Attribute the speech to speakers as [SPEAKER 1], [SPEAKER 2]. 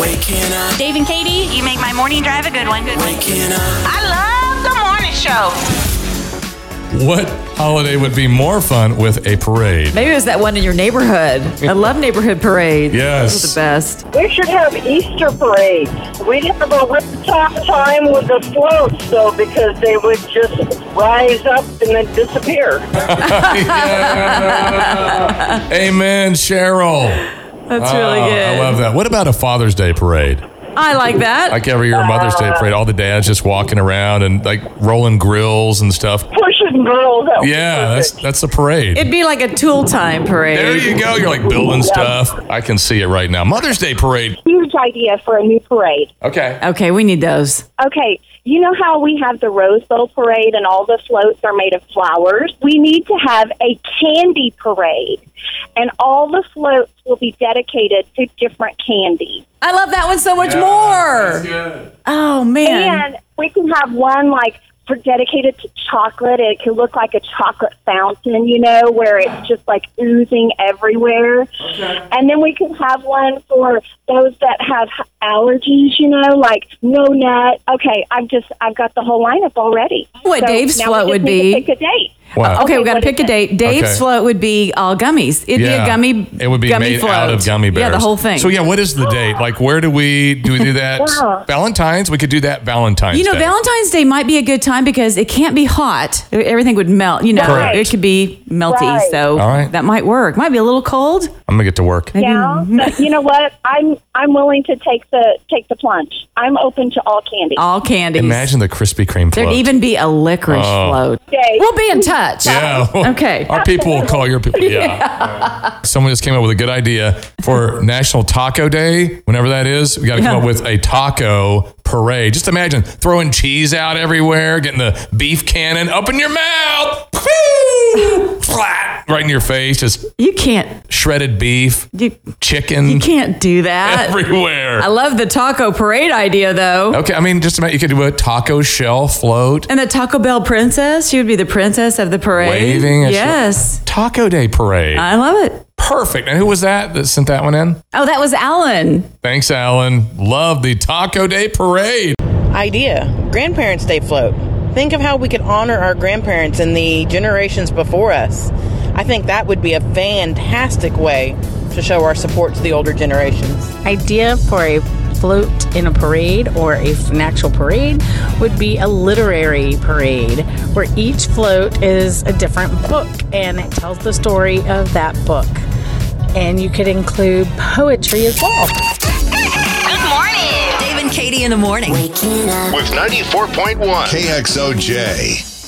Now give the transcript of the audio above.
[SPEAKER 1] Waking up,
[SPEAKER 2] Dave and Katie,
[SPEAKER 3] You make my morning drive a good one. Good one.
[SPEAKER 1] waking up,
[SPEAKER 3] I love the morning show.
[SPEAKER 4] What holiday would be more fun with a parade?
[SPEAKER 5] Maybe it was that one in your neighborhood. I love neighborhood parades.
[SPEAKER 4] Yes.
[SPEAKER 5] Those are the best.
[SPEAKER 6] We should have Easter parades. We'd have a really tough time with the floats, though, because they would just rise up and then disappear.
[SPEAKER 4] Yeah. Amen, Cheryl.
[SPEAKER 5] That's really
[SPEAKER 4] Oh,
[SPEAKER 5] good.
[SPEAKER 4] I love that. What about a Father's Day parade?
[SPEAKER 5] I like that.
[SPEAKER 4] Like every year, Mother's Day parade, all the dads just walking around and like rolling grills and stuff.
[SPEAKER 6] Pushing girls out.
[SPEAKER 4] Yeah, that's that's the parade.
[SPEAKER 5] It'd be like a tool time parade.
[SPEAKER 4] there you go. You're like building stuff. I can see it right now. Mother's Day parade.
[SPEAKER 7] huge idea for a new parade.
[SPEAKER 4] Okay.
[SPEAKER 5] Okay, we need those.
[SPEAKER 7] Okay, you know how we have the Rose Bowl parade and all the floats are made of flowers? We need to have a candy parade, and all the floats will be dedicated to different candy.
[SPEAKER 5] I love that one so much more. Oh man.
[SPEAKER 7] And we can have one like for dedicated to chocolate. It can look like a chocolate fountain, you know, where it's just like oozing everywhere. And then we can have one for those that have allergies, you know, like no nut. Okay, I've just I've got the whole lineup already.
[SPEAKER 5] What Dave's
[SPEAKER 7] now we
[SPEAKER 5] float
[SPEAKER 7] just
[SPEAKER 5] would
[SPEAKER 7] need to
[SPEAKER 5] be-
[SPEAKER 7] pick a date.
[SPEAKER 4] Wow.
[SPEAKER 5] Uh, Okay, we got to
[SPEAKER 7] what
[SPEAKER 5] pick
[SPEAKER 7] is
[SPEAKER 5] a
[SPEAKER 7] it?
[SPEAKER 5] date. Dave's
[SPEAKER 4] Okay.
[SPEAKER 5] float would be all gummies. It'd be a gummy.
[SPEAKER 4] It would be
[SPEAKER 5] gummy
[SPEAKER 4] made
[SPEAKER 5] float.
[SPEAKER 4] out of gummy bears.
[SPEAKER 5] Yeah, the whole thing.
[SPEAKER 4] So yeah, what is the date? Like, where do we do we do that?
[SPEAKER 7] Wow.
[SPEAKER 4] Valentine's. We could do that Valentine's.
[SPEAKER 5] You know,
[SPEAKER 4] Day.
[SPEAKER 5] Valentine's Day might be a good time because it can't be hot. Everything would melt. You know,
[SPEAKER 4] Correct.
[SPEAKER 5] it could be melty.
[SPEAKER 7] Right.
[SPEAKER 5] So
[SPEAKER 4] All right.
[SPEAKER 5] that might work. Might be a little cold.
[SPEAKER 4] I'm gonna get to work.
[SPEAKER 7] Yeah, but you know what? I'm I'm willing to take the take the plunge. I'm open to all candy.
[SPEAKER 5] All candies.
[SPEAKER 4] Imagine the Krispy Kreme.
[SPEAKER 5] There'd
[SPEAKER 4] float.
[SPEAKER 5] even be a licorice float.
[SPEAKER 7] Day.
[SPEAKER 5] We'll be in touch.
[SPEAKER 4] Oh. Yeah.
[SPEAKER 5] Okay.
[SPEAKER 4] Our people will call your people. Yeah. Someone just came up with a good idea for National Taco Day. Whenever that is, we got to come
[SPEAKER 5] Yeah.
[SPEAKER 4] up with a taco parade. Just imagine throwing cheese out everywhere, getting the beef cannon up in your mouth, Woo! flat right in your face, just
[SPEAKER 5] You can't.
[SPEAKER 4] shredded beef,
[SPEAKER 5] You,
[SPEAKER 4] chicken
[SPEAKER 5] you can't do that.
[SPEAKER 4] everywhere.
[SPEAKER 5] I love the taco parade idea though.
[SPEAKER 4] okay, I mean, just imagine you could do a taco shell float,
[SPEAKER 5] And the Taco Bell princess, she would be the princess of the parade.
[SPEAKER 4] Waving and she-
[SPEAKER 5] Yes.
[SPEAKER 4] Taco Day parade.
[SPEAKER 5] I love it.
[SPEAKER 4] Perfect. And who was that that sent that one in?
[SPEAKER 5] Oh, that was Alan.
[SPEAKER 4] Thanks, Alan. Love the Taco Day Parade.
[SPEAKER 8] idea grandparents day float think of how we could honor our grandparents and the generations before us i think that would be a fantastic way to show our support to the older generations
[SPEAKER 9] idea for a float in a parade or a, an actual parade would be a literary parade where each float is a different book and it tells the story of that book. And you could include poetry as well.
[SPEAKER 3] Good morning.
[SPEAKER 2] Dave and Katie in the morning.
[SPEAKER 1] waking up.
[SPEAKER 10] with 94.1 KXOJ.